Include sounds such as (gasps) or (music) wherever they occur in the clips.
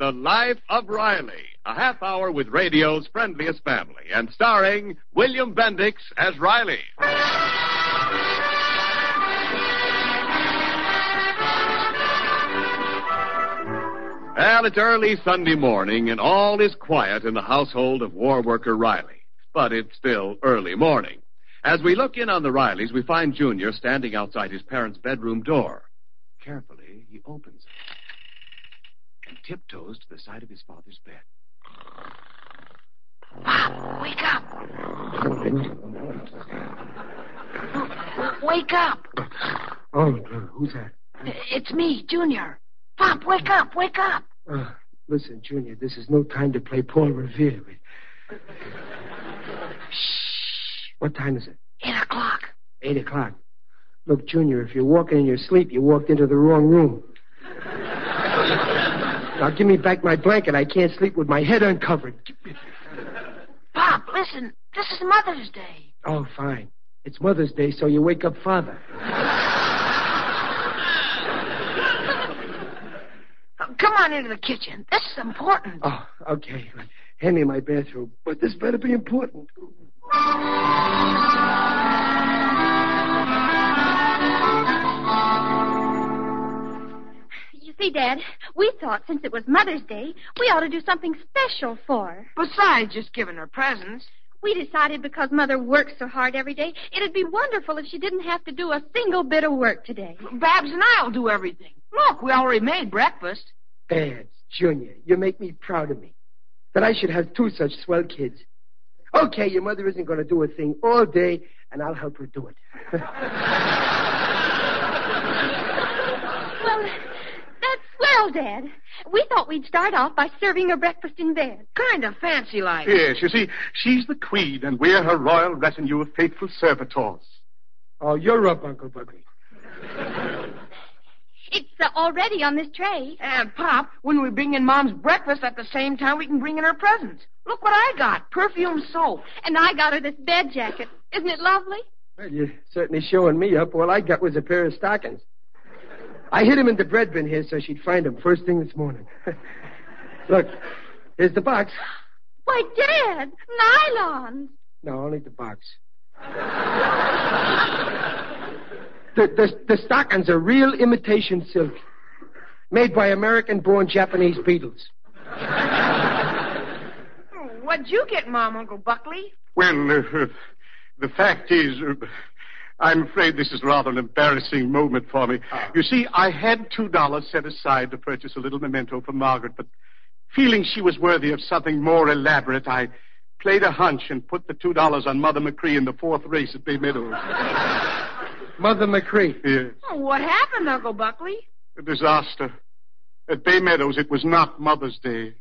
The Life of Riley, a half hour with radio's friendliest family, and starring William Bendix as Riley. Well, it's early Sunday morning, and all is quiet in the household of war worker Riley. But it's still early morning. As we look in on the Rileys, we find Junior standing outside his parents' bedroom door. Carefully, he opens it and tiptoes to the side of his father's bed. Pop, wake up. Wake up. Oh, who's that? It's me, Junior. Pop, wake up, wake up. Uh, listen, Junior, this is no time to play Paul Revere. Shh. (laughs) What time is it? Eight o'clock. Eight o'clock. Look, Junior, if you're walking in your sleep, you walked into the wrong room. (laughs) now give me back my blanket. I can't sleep with my head uncovered. Pop, listen. This is Mother's Day. Oh, fine. It's Mother's Day, so you wake up Father. Uh, Come on into the kitchen. This is important. Oh, okay. Hand me my bathrobe. But this better be important. You see, Dad, we thought since it was Mother's Day, we ought to do something special for her. Besides just giving her presents. We decided because Mother works so hard every day, it'd be wonderful if she didn't have to do a single bit of work today. Babs and I'll do everything. Look, we already made breakfast. Babs, Junior, you make me proud of me. That I should have two such swell kids. Okay, your mother isn't going to do a thing all day, and I'll help her do it. (laughs) Well, that's swell, Dad. We thought we'd start off by serving her breakfast in bed. Kind of fancy like. Yes, you see, she's the queen, and we're her royal retinue of faithful servitors. oh, you're up, Uncle Buckley. It's uh, already on this tray. And, Pop, when we bring in Mom's breakfast at the same time, we can bring in her presents. Look what I got perfume soap. And I got her this bed jacket. Isn't it lovely? Well, you're certainly showing me up. All I got was a pair of stockings. I hid 'em in the bread bin here so she'd find 'em first thing this morning. (laughs) Look, here's the box. Why, Dad, nylons. No, only the box. the, the, the stockings are real imitation silk, made by American born Japanese beetles. Oh, What'd you get, Mom, Uncle Buckley? Well, uh, the fact is, uh, I'm afraid this is rather an embarrassing moment for me. You see, I had two dollars set aside to purchase a little memento for Margaret, but feeling she was worthy of something more elaborate, I played a hunch and put the two dollars on Mother McCree in the fourth race at Bay Meadows. Mother McCree. yes. Oh, what happened, Uncle Buckley? A disaster. At Bay Meadows, it was not Mother's Day.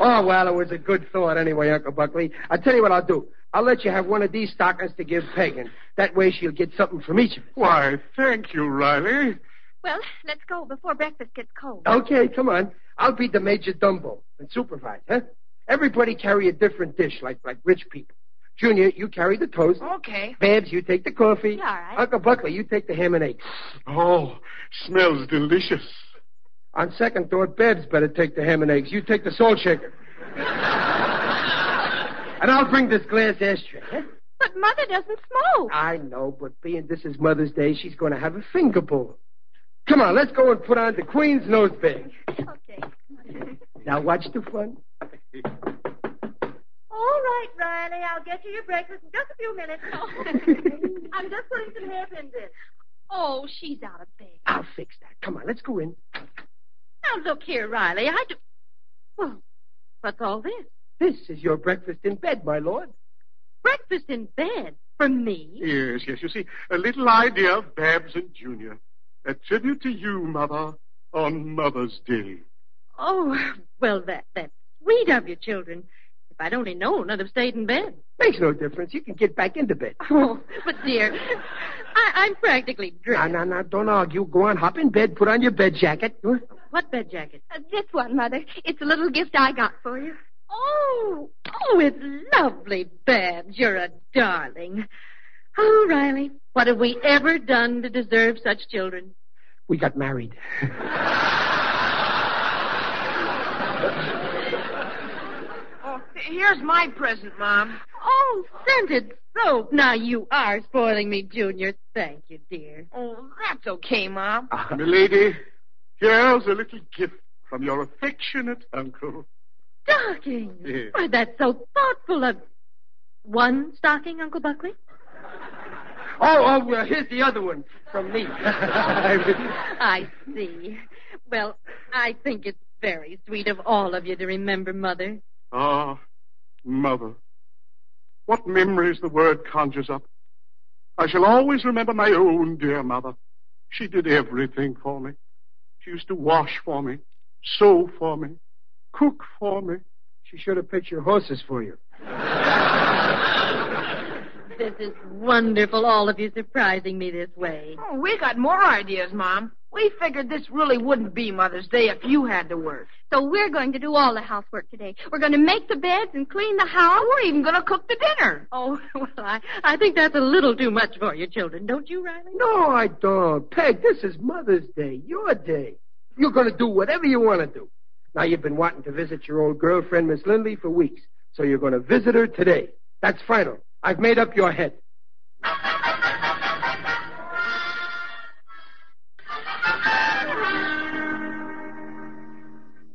Oh, well, it was a good thought anyway, Uncle Buckley. I'll tell you what I'll do. I'll let you have one of these stockings to give Pagan. That way she'll get something from each of us. Why, thank you, Riley. Well, let's go before breakfast gets cold. Okay, come on. I'll be the Major Dumbo and supervise, huh? Everybody carry a different dish, like like rich people. Junior, you carry the toast. Okay. Babs, you take the coffee. Yeah, all right. Uncle Buckley, you take the ham and eggs. Oh, smells delicious. On second thought, Babs better take the ham and eggs. You take the salt (laughs) shaker. and I'll bring this glass ashtray. huh? But Mother doesn't smoke. I know, but being this is Mother's Day, she's going to have a finger bowl. Come on, let's go and put on the Queen's nosebag. Okay. Now watch the fun. (laughs) All right, Riley, I'll get you your breakfast in just a few minutes. (laughs) I'm just putting some hair in this. Oh, she's out of bed. I'll fix that. Come on, let's go in. Now, look here, Riley. I do. Well, what's all this? This is your breakfast in bed, my lord. Breakfast in bed? For me? Yes, yes, you see, a little idea of Babs and Junior. A tribute to you, Mother, on Mother's Day. Oh, well, that, that's sweet of you, children. If I'd only known, I'd have stayed in bed. Makes no difference. You can get back into bed. Oh, but dear, I, I'm practically Now, dressed. now, now, don't argue. Go on, hop in bed, put on your bed jacket. Huh? What bed jacket? Uh, this one, Mother. It's a little gift I got for you. Oh, oh, it's lovely, Babs. You're a darling. Oh, Riley, what have we ever done to deserve such children? We got married. Oh, th- here's my present, Mom. Oh, scented soap. Now you are spoiling me, Junior. Thank you, dear. Oh, that's okay, Mom. Milady, here's a little gift from your affectionate uncle. Stockings. Yes. Why, that's so thoughtful of one stocking, Uncle Buckley. Oh, oh, uh, here's the other one from me. I see. Well, I think it's very sweet of all of you to remember Mother. Ah, Mother. What memories the word conjures up. I shall always remember my own dear mother. She did everything for me. She used to wash for me, sew for me, cook for me. (laughs) she should have picked your horses for you. This is wonderful, all of you surprising me this way. Oh, we got more ideas, Mom. We figured this really wouldn't be Mother's Day if you had to work. So we're going to do all the housework today. We're going to make the beds and clean the house. We're even going to cook the dinner. Oh, (laughs) well, I, I think that's a little too much for you children, don't you, Riley? No, I don't. Peg, this is Mother's Day, your day. You're going to do whatever you want to do. Now, you've been wanting to visit your old girlfriend, Miss Lindley, for weeks, so you're going to visit her today. That's final. I've made up your head.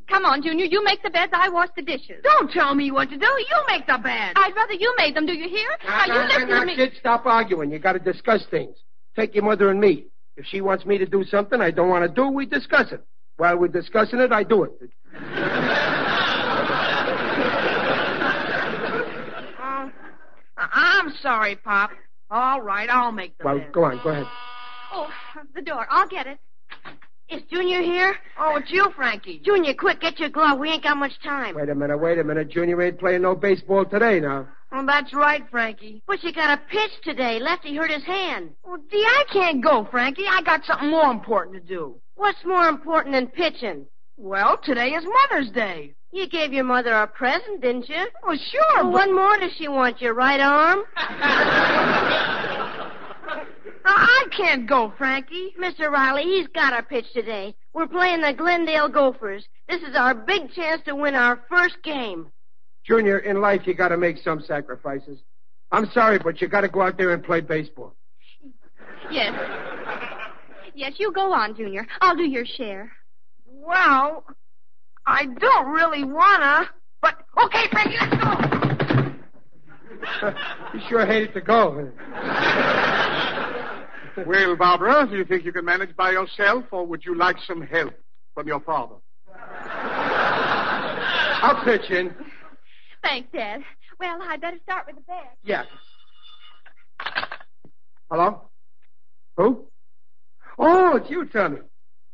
Come on, Junior. You make the beds. I wash the dishes. Don't tell me what to do. You make the bed. I'd rather you made them. Do you hear? Uh-huh. Now, you listen to me. Kids, stop arguing. You got to discuss things. Take your mother and me. If she wants me to do something I don't want to do, we discuss it. While we're discussing it, I do it. Oh, I- I'm sorry, Pop. All right, I'll make the Well, bed. go on, go ahead. Oh, the door. I'll get it. Is Junior here? Oh, it's you, Frankie. Junior, quick, get your glove. We ain't got much time. Wait a minute, wait a minute. Junior ain't playing no baseball today now. Well, that's right, Frankie. But you got a pitch today. Lefty hurt his hand. Well, gee, I can't go, Frankie. I got something more important to do. What's more important than pitching? Well, today is Mother's Day. You gave your mother a present, didn't you? Well, sure, but What more does she want? Your right arm? I can't go, Frankie. Mr. Riley, he's got our pitch today. We're playing the Glendale Gophers. This is our big chance to win our first game. Junior, in life you got to make some sacrifices. I'm sorry, but you got to go out there and play baseball. (laughs) Yes. Yes, you go on, Junior. I'll do your share. Well, I don't really wanna, but okay, Frankie, let's go. You sure hated to go. Well, Barbara, do you think you can manage by yourself, or would you like some help from your father? I'll pitch in. Thanks, Dad. Well, I'd better start with the bed. Yeah. Hello? Who? Oh, it's you, Tommy.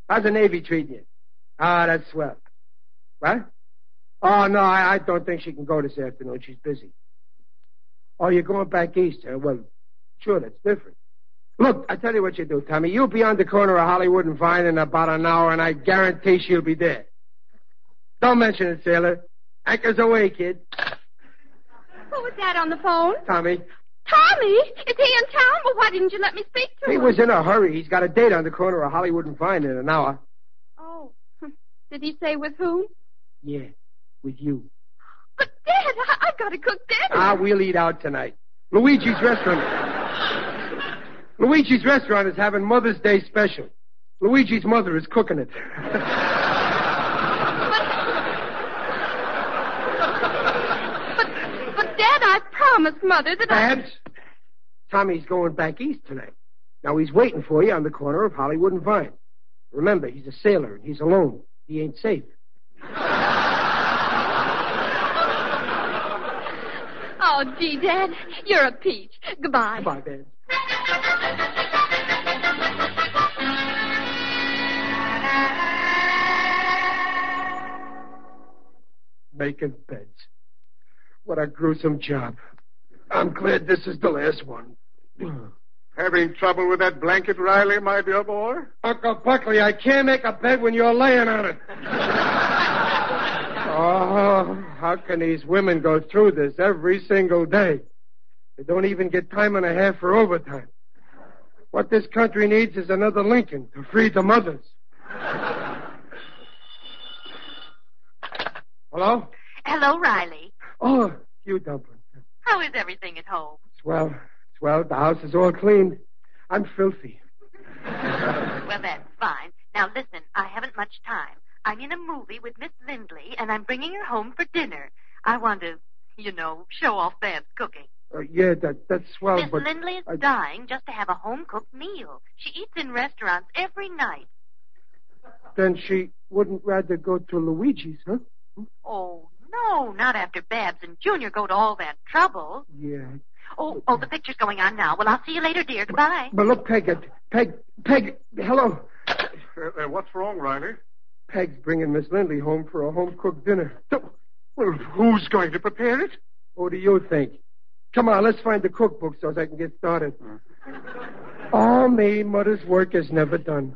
How's the Navy treating you? Ah, that's swell. What? Oh, no, I, I don't think she can go this afternoon. She's busy. Oh, you're going back east, huh? Well, sure, that's different. Look, I tell you what you do, Tommy. You'll be on the corner of Hollywood and Vine in about an hour, and I guarantee she'll be there. Don't mention it, sailor. Anchors away, kid. Who was that on the phone? Tommy, Tommy? Is he in town? Well, why didn't you let me speak to He him? was in a hurry. He's got a date on the corner of Hollywood and Vine in an hour. Oh. (laughs) Did he say with whom? Yeah, with you. But, Dad, I- I've got to cook dinner. Ah, we'll eat out tonight. Luigi's restaurant. Luigi's restaurant is having Mother's Day special. Luigi's mother is cooking it. (laughs) But, but, Dad, I promised Mother that I... Babs, Tommy's going back east tonight. Now he's waiting for you on the corner of Hollywood and Vine. Remember, he's a sailor and he's alone. He ain't safe. Oh, gee, Dad, you're a peach. Goodbye. Bye, Babs. Goodbye. making beds. What a gruesome job. I'm glad this is the last one. Having trouble with that blanket, Riley, my dear boy? (clears throat) Uncle Buckley, I can't make a bed when you're laying on it. (laughs) oh, how can these women go through this every single day? They don't even get time and a half for overtime. What this country needs is another Lincoln to free the (laughs) mothers. Hello? Hello, Riley. Oh, you dumpling. How is everything at home? Swell, swell. The house is all clean. I'm filthy. Well, that's fine. Now, listen, I haven't much time. I'm in a movie with Miss Lindley, and I'm bringing her home for dinner. I want to, you know, show off Bab's cooking. Uh, yeah, that, that's swell, Miss but. Lindley is I- dying just to have a home cooked meal. She eats in restaurants every night. Then she wouldn't rather go to Luigi's, huh? Oh, no, not after Babs and Junior go to all that trouble. Yeah. Oh, oh, the picture's going on now. Well, I'll see you later, dear. Goodbye. But look, Peg, it- Peg, Peg, hello. Uh, uh, what's wrong, Riley? Peg's bringing Miss Lindley home for a home cooked dinner. Well, who's going to prepare it? What do you think? Come on, let's find the cookbook so I can get started. All me mother's work is never done.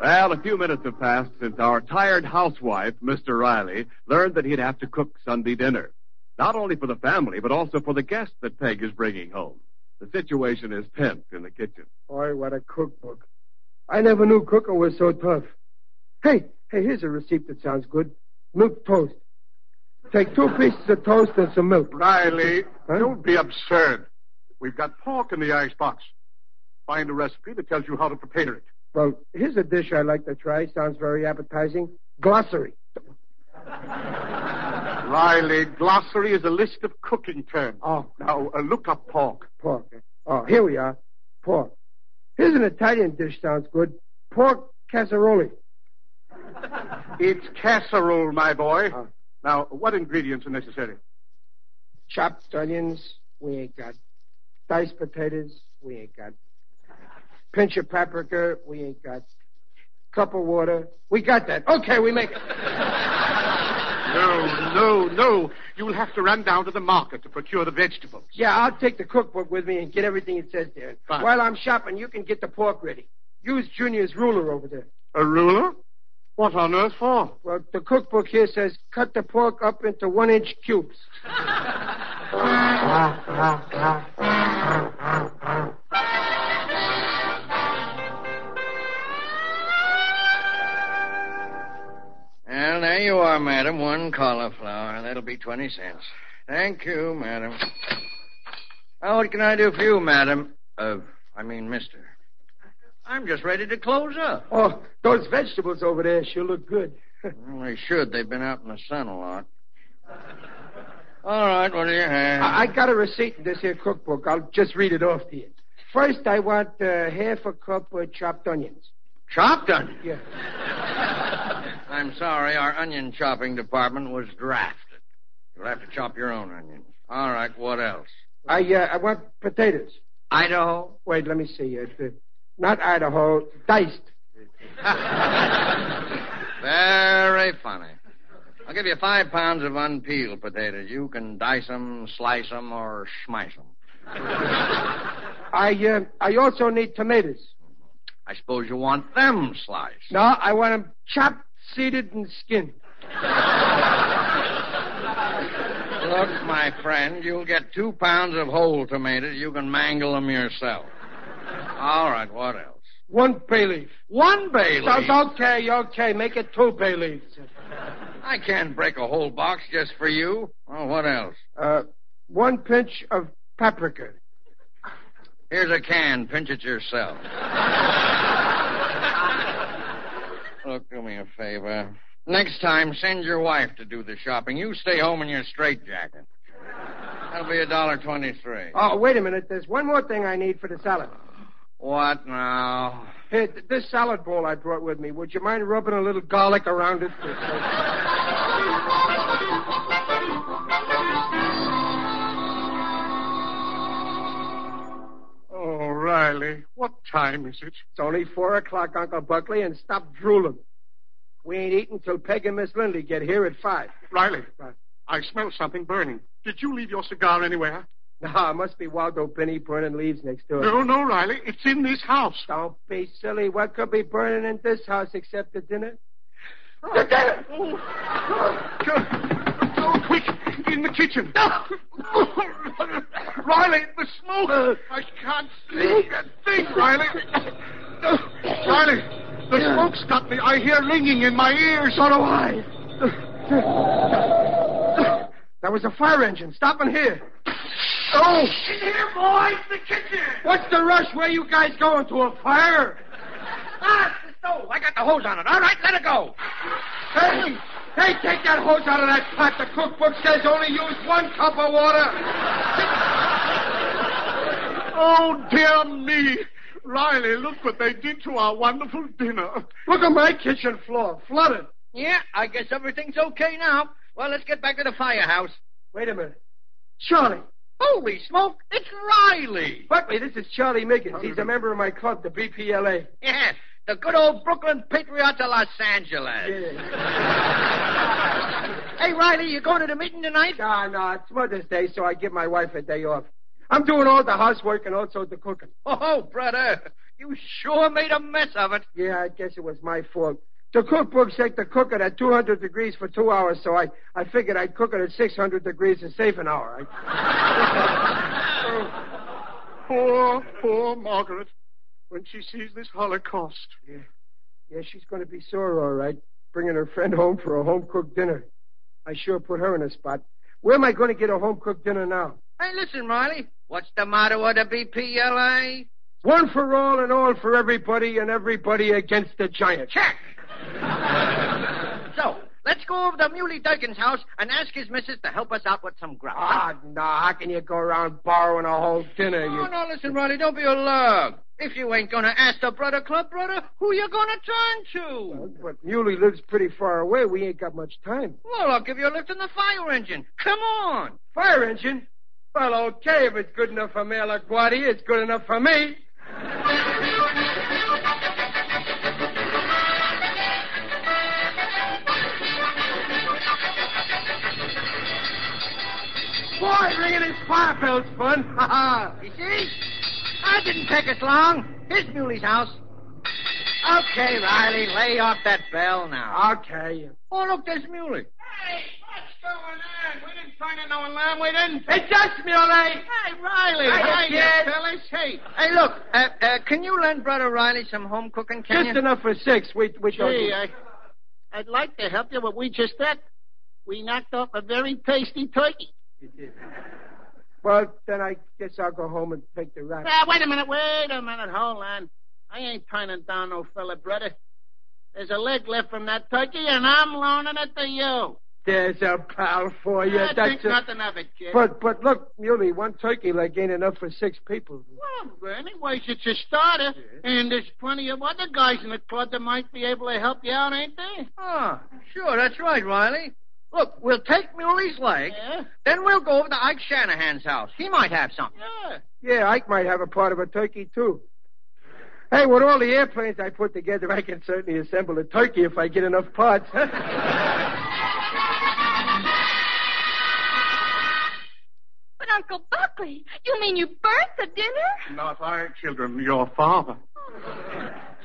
Well, a few minutes have passed since our tired housewife, Mr. Riley, learned that he'd have to cook Sunday dinner. Not only for the family, but also for the guests that Peg is bringing home. The situation is tense in the kitchen. Boy, what a cookbook. I never knew cooking was so tough. Hey, hey, here's a receipt that sounds good. Milk toast. Take two pieces of toast and some milk. Riley, Huh? don't be absurd. We've got pork in the icebox. Find a recipe that tells you how to prepare it. Well, here's a dish I like to try. Sounds very appetizing. Glossary. Riley, glossary is a list of cooking terms. Oh, Now, uh, look up pork. pork. Oh, here we are. Pork. Here's an Italian dish sounds good. Pork casserole. It's casserole, my boy. Oh. Now, what ingredients are necessary? Chopped onions, we ain't got. Diced potatoes, we ain't got. Pinch of paprika, we ain't got. Cup of water, we got that. Okay, we make it. No, no, no. You'll have to run down to the market to procure the vegetables. Yeah, I'll take the cookbook with me and get everything it says there. Fine. While I'm shopping, you can get the pork ready. Use Junior's ruler over there. A ruler? What on earth for? Well, the cookbook here says cut the pork up into one inch (laughs) cubes. Well, there you are, madam. One cauliflower. That'll be 20 cents. Thank you, madam. Now, what can I do for you, madam? Uh, I mean, mister. I'm just ready to close up. Oh, those vegetables over there sure look good. Well, they should. They've been out in the sun a lot. All right, what do you have? I, I got a receipt in this here cookbook. I'll just read it off to you. First, I want uh, half a cup of chopped onions. Chopped onion. Yeah. I'm sorry, our onion chopping department was drafted. You'll have to chop your own onions. All right, what else? I uh, I want potatoes. Idaho. Wait, let me see. It. Uh, not Idaho, diced. Very funny. I'll give you five pounds of unpeeled potatoes. You can dice 'em, slice 'em, or schmice 'em. I uh, I also need tomatoes. I suppose you want them sliced. No, I want 'em chopped, seeded, and skinned. Look, my friend, you'll get two pounds of whole tomatoes. You can mangle 'em yourself. All right, what else? One bay leaf. One bay leaf. Sounds okay, okay. Make it two bay leaves. I can't break a whole box just for you. Well, what else? Uh, one pinch of paprika. Here's a can. Pinch it yourself. Look, do me a favor. Next time, send your wife to do the shopping. You stay home in your straitjacket. That'll be a dollar twenty-three. Oh, wait a minute. There's one more thing I need for the salad. What now? Here, th- this salad bowl I brought with me. Would you mind rubbing a little garlic around it? Oh, Riley, what time is it? It's only four o'clock, Uncle Buckley, and stop drooling. We ain't eating till Peg and Miss Lindley get here at five. Riley, uh, What? I smell something burning. Did you leave your cigar anywhere? Nah, it must be Waldo Benny burning leaves next Uh. door. No, no, Riley. It's in this house. Don't be silly. What could be burning in this house except the dinner? Oh, quick, in the kitchen. Riley, the smoke. I can't see a thing, Riley. Riley, the smoke's got me. I hear ringing in my ears. So do I. That was a fire engine stopping here. Oh! In here, boys, the kitchen. What's the rush? Where you guys going to a fire? Ah, it's the stove. I got the hose on it. All right, let it go. Hey, hey, take that hose out of that pot. The cookbook says only use one cup of water. Oh, dear me. Riley, look what they did to our wonderful dinner. Look at my kitchen floor, flooded. Yeah, I guess everything's okay now. Well, let's get back to the firehouse. Wait a minute. Charlie. Holy smoke! It's Riley. Buckley, this is Charlie Miggins. He's a member of my club, the BPLA. Yeah, the good old Brooklyn Patriots of Los Angeles. Yeah. Hey, Riley, you going to the meeting tonight? Ah, no, it's Mother's Day, so I give my wife a day off. I'm doing all the housework and also the cooking. Oh, brother, you sure made a mess of it. Yeah, I guess it was my fault. The cookbook said to cook it at 200 degrees for two hours, so I, I figured I'd cook it at 600 degrees and save an hour. I, Oh, Poor, poor Margaret. When she sees this Holocaust. yeah, she's going to be sore, all right, bringing her friend home for a home cooked dinner. I sure put her in a spot. Where am I going to get a home cooked dinner now? Hey, listen, Riley, what's the motto of the BPLA? One for all and all for everybody and everybody against the giant. Check. so, let's go over to Muley Durkin's house and ask his missus to help us out with some grub. Ah, no, how can you go around borrowing a whole dinner? oh, You... no, listen, Riley, don't be a lug. If you ain't gonna ask the brother club brother, who you gonna turn to? But Muley lives pretty far away. We ain't got much time. Well, I'll give you a lift in the fire engine. Come on. Fire engine? Well, okay, if it's good enough for Mayor LaGuardia, it's good enough for me. Boy, ringing his fire bell's fun. (laughs) Ha ha. You see? That didn't take us long. Here's Muley's house. Okay, Riley, lay off that bell now. Okay. Oh, look, there's Muley. Hey, what's going on? We didn't find out no alarm. We didn't. It's us, Muley. Hey, Riley. Hi, Hey, kid. you fellas. Hey. Hey, look, uh, uh, can you lend Brother Riley some home cooking, can Just you? enough for six. We, we don't Gee, I, I'd like to help you, but we just that. We knocked off a very tasty turkey. Well, then I guess I'll go home and take the rat. Ah, wait a minute, wait a minute, hold on. I ain't turning down no fella, brother. There's a leg left from that turkey, and I'm loaning it to you. There's a pal for you. I That's think a- nothing of it, kid. But but look, Muley, one turkey leg ain't enough for six people. Well, anyways, it's a starter, and there's plenty of other guys in the club that might be able to help you out, ain't there? Ah, sure, that's right, Riley. Look, we'll take Muley's leg, Yeah, then we'll go over to Ike Shanahan's house. He might have something. yeah. Yeah, Ike might have a part of a turkey too. Hey, with all the airplanes I put together, I can certainly assemble a turkey if I get enough parts. (laughs) But Uncle Buckley, you mean you burnt the dinner? Not I, children, your father.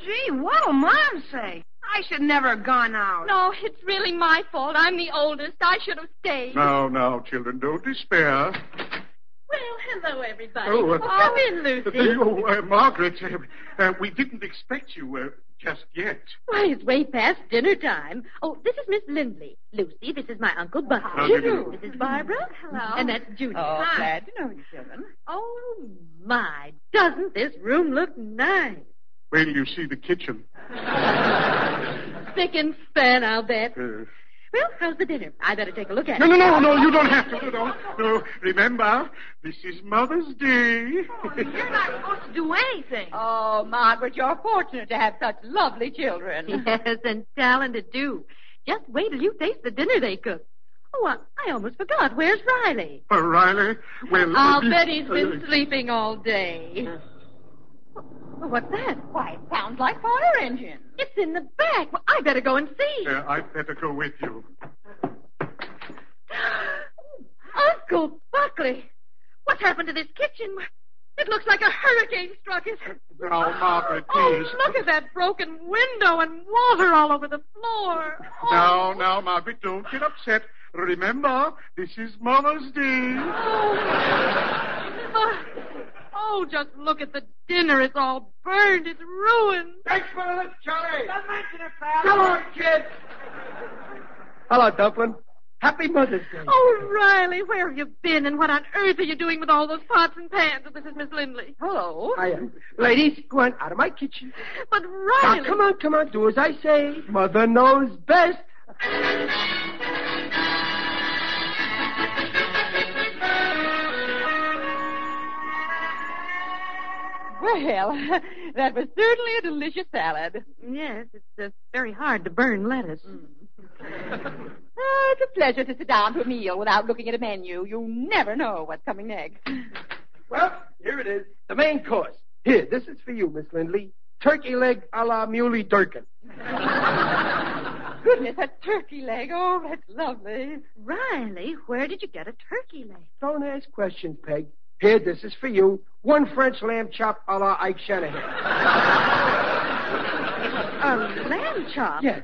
Gee, what'll Mom say? I should never have gone out. No, it's really my fault. I'm the oldest. I should have stayed. No, no, children, don't despair. Well, hello, everybody. Oh, uh, Come in, Lucy. Oh, uh, Margaret, uh, uh, we didn't expect you. Uh, just yet. Why, it's way past dinner time. Oh, this is Miss Lindley. Lucy, this is my Uncle Buster. How do you do? This is Barbara. Hello. And that's Junior. Oh, Hi. glad to know you, Jim. Oh, my. Doesn't this room look nice? Wait till you see the kitchen. uh, Thick and thin, I'll bet. Uh, Well, how's the dinner? I better take a look at No, no, it. no, no, you don't have to. No, no, no. Remember, this is Mother's Day. You're Oh, not supposed to do anything. Oh, Margaret, you're fortunate to have such lovely (laughs) children. (laughs) Yes, and talented too. Just wait till you taste the dinner they cook. Oh, I, I almost forgot. Where's Riley? Uh, Riley, well. (laughs) I'll you- bet he's been uh, sleeping all day. Well, What's that? Why, it sounds like fire engine. It's in the back. Well, I better go and see. uh, I'd better go with you. (gasps) Uncle Buckley, what's happened to this kitchen? It looks like a hurricane struck it. Now, Margaret, Oh, please. look at that broken window and water all over the floor. Oh, Now, now, Margaret, don't get upset. Remember, this is Mother's Day. oh, oh, just look at the dinner. It's all burned. It's ruined. Thanks for the lift, Charlie. Don't mention it, pal. Come on, kid. Hello, Dumplin. Happy Mother's Day. Oh, Riley, where have you been and what on earth are you doing Oh, with all those pots and pans? This is Miss Lindley. Hello. I am. Ladies, go on out of my kitchen. But Now, Riley. Ah, come on, come on. Do as I say. Mother knows best. Well, (laughs) that was certainly a delicious salad. Yes, it's uh, very hard to burn lettuce. Oh, it's a pleasure to sit down to a meal without looking at a menu. You never know what's coming next. Well, here it is. The main course. Here, this is for you, Miss Lindley. Turkey leg a la Muley Durkin. Goodness, a turkey leg. Oh, that's lovely. Riley, where did you get a turkey leg? Don't ask questions, Peg. Here, this is for you. One French lamb chop a la Ike Shanahan. (laughs) A lamb chop. Oh. Yes.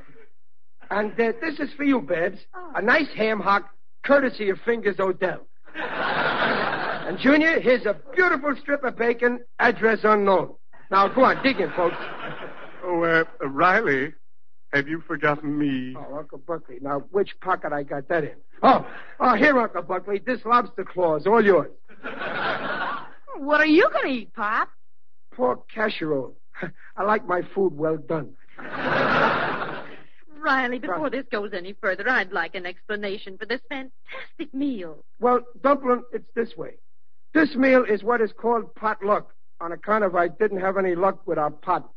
And uh, this is for you, Babs. A nice ham hock, courtesy of Fingers Odell. and Junior, here's a beautiful strip of bacon, address unknown. Now go on, dig in, folks. Oh, uh, Riley, have you forgotten me? Oh, Uncle Buckley. Now, which pocket I got that in? Oh, oh, here, Uncle Buckley. This lobster claw's all yours. What are you going to eat, Pop? Pork casserole. (laughs) I like my food well done. Riley, before this goes any further, I'd like an explanation for this fantastic meal. Well, Dumplin, it's this way. This meal is what is called potluck on account of I didn't have any luck with our pot.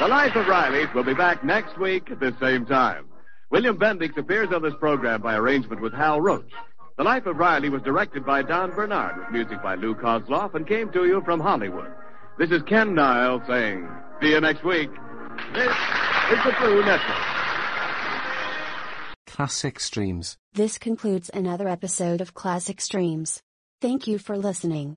The Life of Riley will be back next week at the same time. William Bendix appears on this program by arrangement with Hal Roach. The Life of Riley was directed by Don Bernard with music by Lou Kozloff and came to you from Hollywood. This is Ken Niles saying, see you next week. This is the Blue Network. Classic Streams. This concludes another episode of Classic Streams. Thank you for listening.